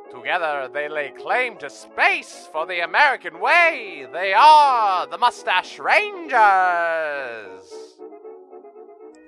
Together they lay claim to space for the American way. They are the Mustache Rangers.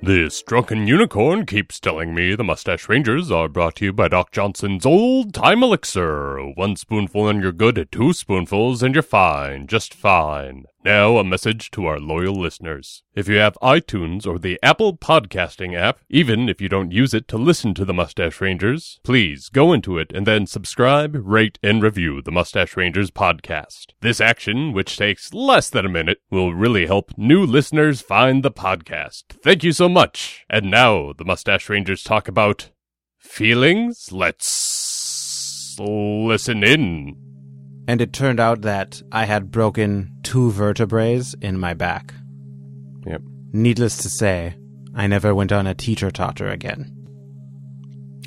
This drunken unicorn keeps telling me the Mustache Rangers are brought to you by Doc Johnson's Old Time Elixir. One spoonful and you're good, two spoonfuls and you're fine, just fine. Now, a message to our loyal listeners. If you have iTunes or the Apple Podcasting app, even if you don't use it to listen to the Mustache Rangers, please go into it and then subscribe, rate, and review the Mustache Rangers podcast. This action, which takes less than a minute, will really help new listeners find the podcast. Thank you so much. And now, the Mustache Rangers talk about feelings. Let's listen in. and it turned out that I had broken two vertebrae in my back. Yep. Needless to say, I never went on a teeter totter again.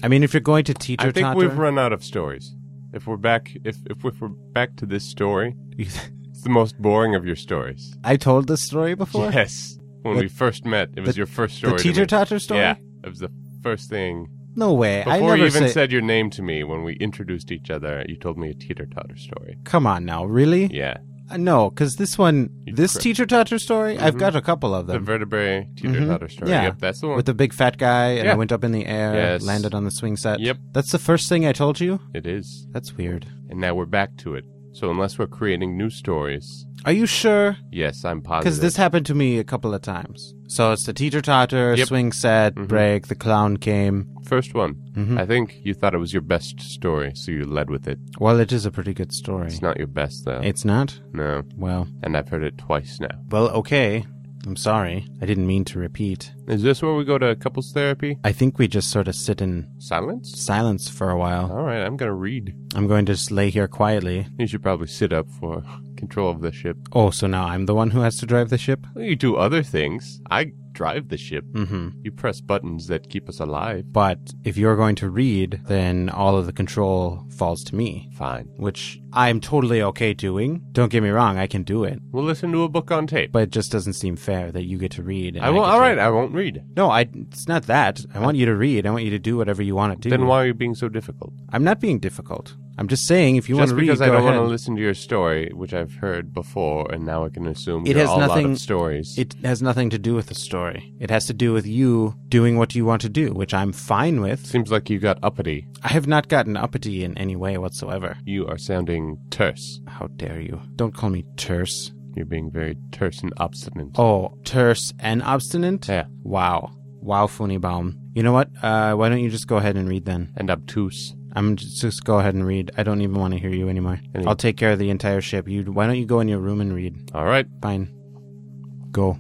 I mean, if you're going to teeter I think totter, we've run out of stories. If we're back, if, if if we're back to this story, it's the most boring of your stories. I told this story before. Yes, when The- we first met, it was the- your first the story. to me. teeter totter story. Yeah, it was the first thing. No way. I Before never you even say- said your name to me when we introduced each other, you told me a teeter totter story. Come on now, really? Yeah, Uh, no, because this one, You this cri- teeter totter story, I've Mhm. got a couple of the them. vertebrae teeter totter story. Mm-hmm. Yeah. Yep, that's the one. with the big fat guy, and Yeah. I went up in the air, Yes. landed on the swing set. Yep. That's the first thing I told you. it is, That's weird. and now we're back to it. So unless we're creating new stories, Are you sure? yes, I'm positive. Because this happened to me a couple of times. So it's the teeter totter, Yep. swing set, Mhm. break, the clown came. first one, Mhm. I think you thought it was your best story, so you led with it. Well, it is a pretty good story. It's not your best though. It's not? no, Well, and I've heard it twice now. well, okay. I'm sorry. I didn't mean to repeat. Is this where we go to couples therapy? I think we just sort of sit in Silence. silence for a while. All right, I'm gonna read. I'm going to just lay here quietly. You should probably sit up for control of the ship. Oh, so now I'm the one who has to drive the ship? You do other things. I drive the ship. Mm hmm. You press buttons that keep us alive. But if you're going to read, then all of the control falls to me, Fine. which I'm totally okay doing. Don't get me wrong, I can do it. We'll listen to a book on tape. But it just doesn't seem fair that you get to read. and I won't. get All to- right, I won't read. No, I, it's not that. I want you to read. I want you to do whatever you want to do. Then why are you being so difficult? I'm not being difficult. I'm just saying if you Just want to read, because I go don't ahead. want to listen to your story, which I've heard before, and now I can assume It you're has all out nothing- of stories. It has nothing to do with the story. It has to do with you doing what you want to do, which I'm fine with. seems like you got uppity. I have not gotten uppity in any way whatsoever. You are sounding terse. How dare you? Don't call me terse. You're being very terse and obstinate. Oh, terse and obstinate? Yeah. Wow. Wow, Funibaum. You know what? Uh, why don't you just go ahead and read then? And obtuse. I'm just, just go ahead and read. I don't even want to hear you anymore. Any- I'll take care of the entire ship. You why don't you go in your room and read? All right. Fine. Go.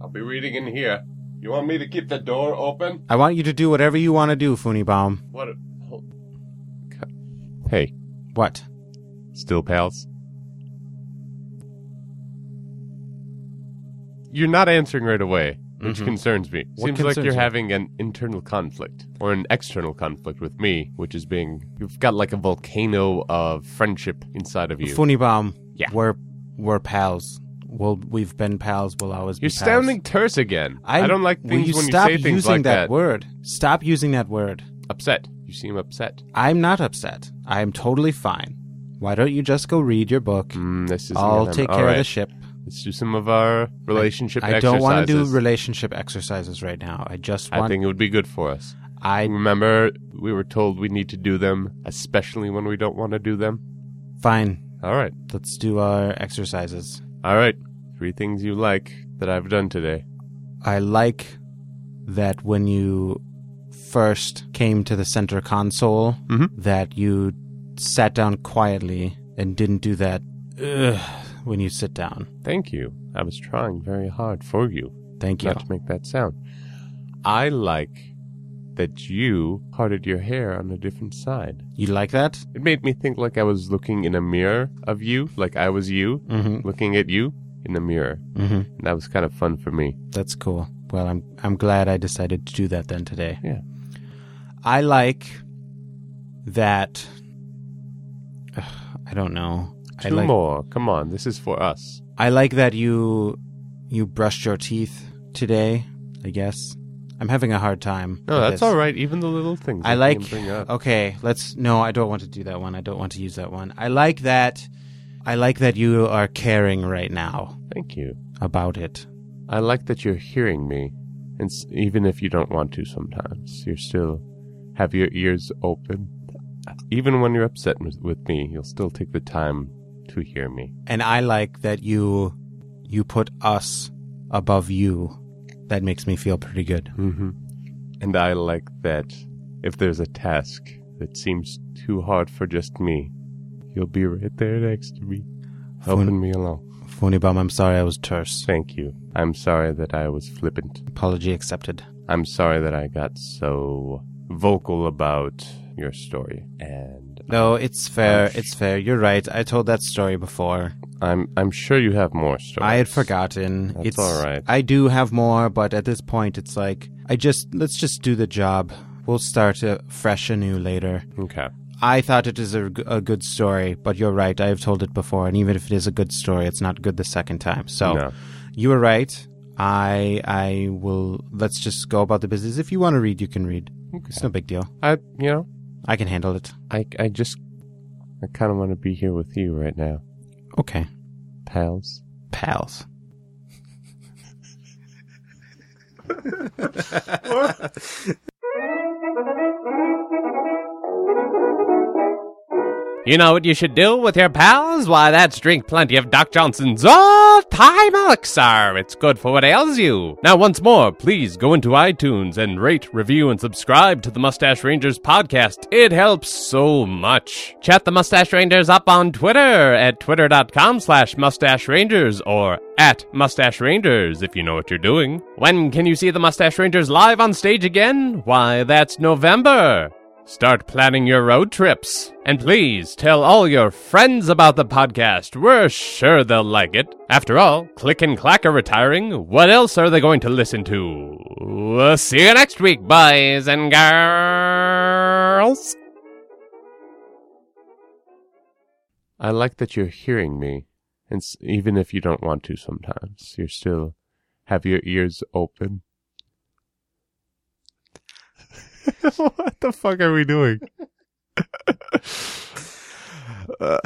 I'll be reading in here. You want me to keep the door open? I want you to do whatever you want to do, Funibaum. What? Hey, What? still pals? You're not answering right away, which Mhm. concerns me. What Seems like concerns you're you? having an internal conflict or an external conflict with me, which is being you've got like a volcano of friendship inside of you. Funibaum. Yeah. We're we're pals. Well, we've been pals. We'll always you're be pals. sounding terse again. I, don't like will things you when stop you say things using like that word. Stop using that word. Upset. You seem upset. I'm not upset. I am totally fine. Why don't you just go read your book? Mm, this is I'll take care of the ship. Let's do some of our relationship I exercises. don't want to do relationship exercises right now. I just I want. think it would be good for us. I Remember, we were told we need to do them, especially when we don't want to do them. fine. All right, Let's do our exercises. all right. Three things you like that I've done today. I like that when you first came to the center console, Mhm. that you sat down quietly and didn't do that ugh, when you sit down. Thank you. I was trying very hard for you Thank you. not to make that sound. I like that you parted your hair on a different side. You like that? It made me think like I was looking in a mirror of you, like I was you, Mm-hmm. looking at you in a mirror. Mm-hmm. And that was kind of fun for me. That's cool. Well, I'm I'm glad I decided to do that then today. Yeah. I like that. Ugh, I don't know. I Two like more. Come on, this is for us. I like that you you brushed your teeth today. I guess I'm having a hard time. No, with that's this. all right. Even the little things I that like. we can bring up. Okay, let's. No, I don't want to do that one. I don't want to use that one. I like that. I like that you are caring right now Thank you. about it. I like that you're hearing me, and s- even if you don't want to, sometimes you still have your ears open. Even when you're upset with, with me, you'll still take the time to hear me. and I like that you you put us above you. That makes me feel pretty good. Mm-hmm. And I like that if there's a task that seems too hard for just me, you'll be right there next to me, helping me along. Funibom, I'm sorry I was terse. Thank you. I'm sorry that I was flippant. Apology accepted. I'm sorry that I got so vocal about your story. And No, it's fair. It's fair. You're right. I told that story before. I'm I'm sure you have more stories. I had forgotten. That's it's all right. I do have more, but at this point, it's like I just let's just do the job. We'll start uh, fresh anew later. Okay. I thought it is a, g- a good story, but you're right. I have told it before, and even if it is a good story, it's not good the second time. So No. you were right. I I will. Let's just go about the business. If you want to read, you can read. It's no big deal. I you know I can handle it. I I just I kind of want to be here with you right now, Okay, pals. pals. You know what you should do with your pals? Why, that's drink plenty of Doc Johnson's all time elixir. It's good for what ails you. Now, once more, please go into iTunes and rate, review, and subscribe to the Mustache Rangers podcast. It helps so much. Chat the Mustache Rangers up on Twitter at twitter.com slash mustache rangers or at mustache rangers if you know what you're doing. When can you see the Mustache Rangers live on stage again? Why, that's November. Start planning your road trips. And please tell all your friends about the podcast. We're sure they'll like it. After all, Click and Clack are retiring. What else are they going to listen to? We'll see you next week, boys and girls. I like that you're hearing me, and s- even if you don't want to, sometimes you're still have your ears open. what the fuck are we doing? Uh,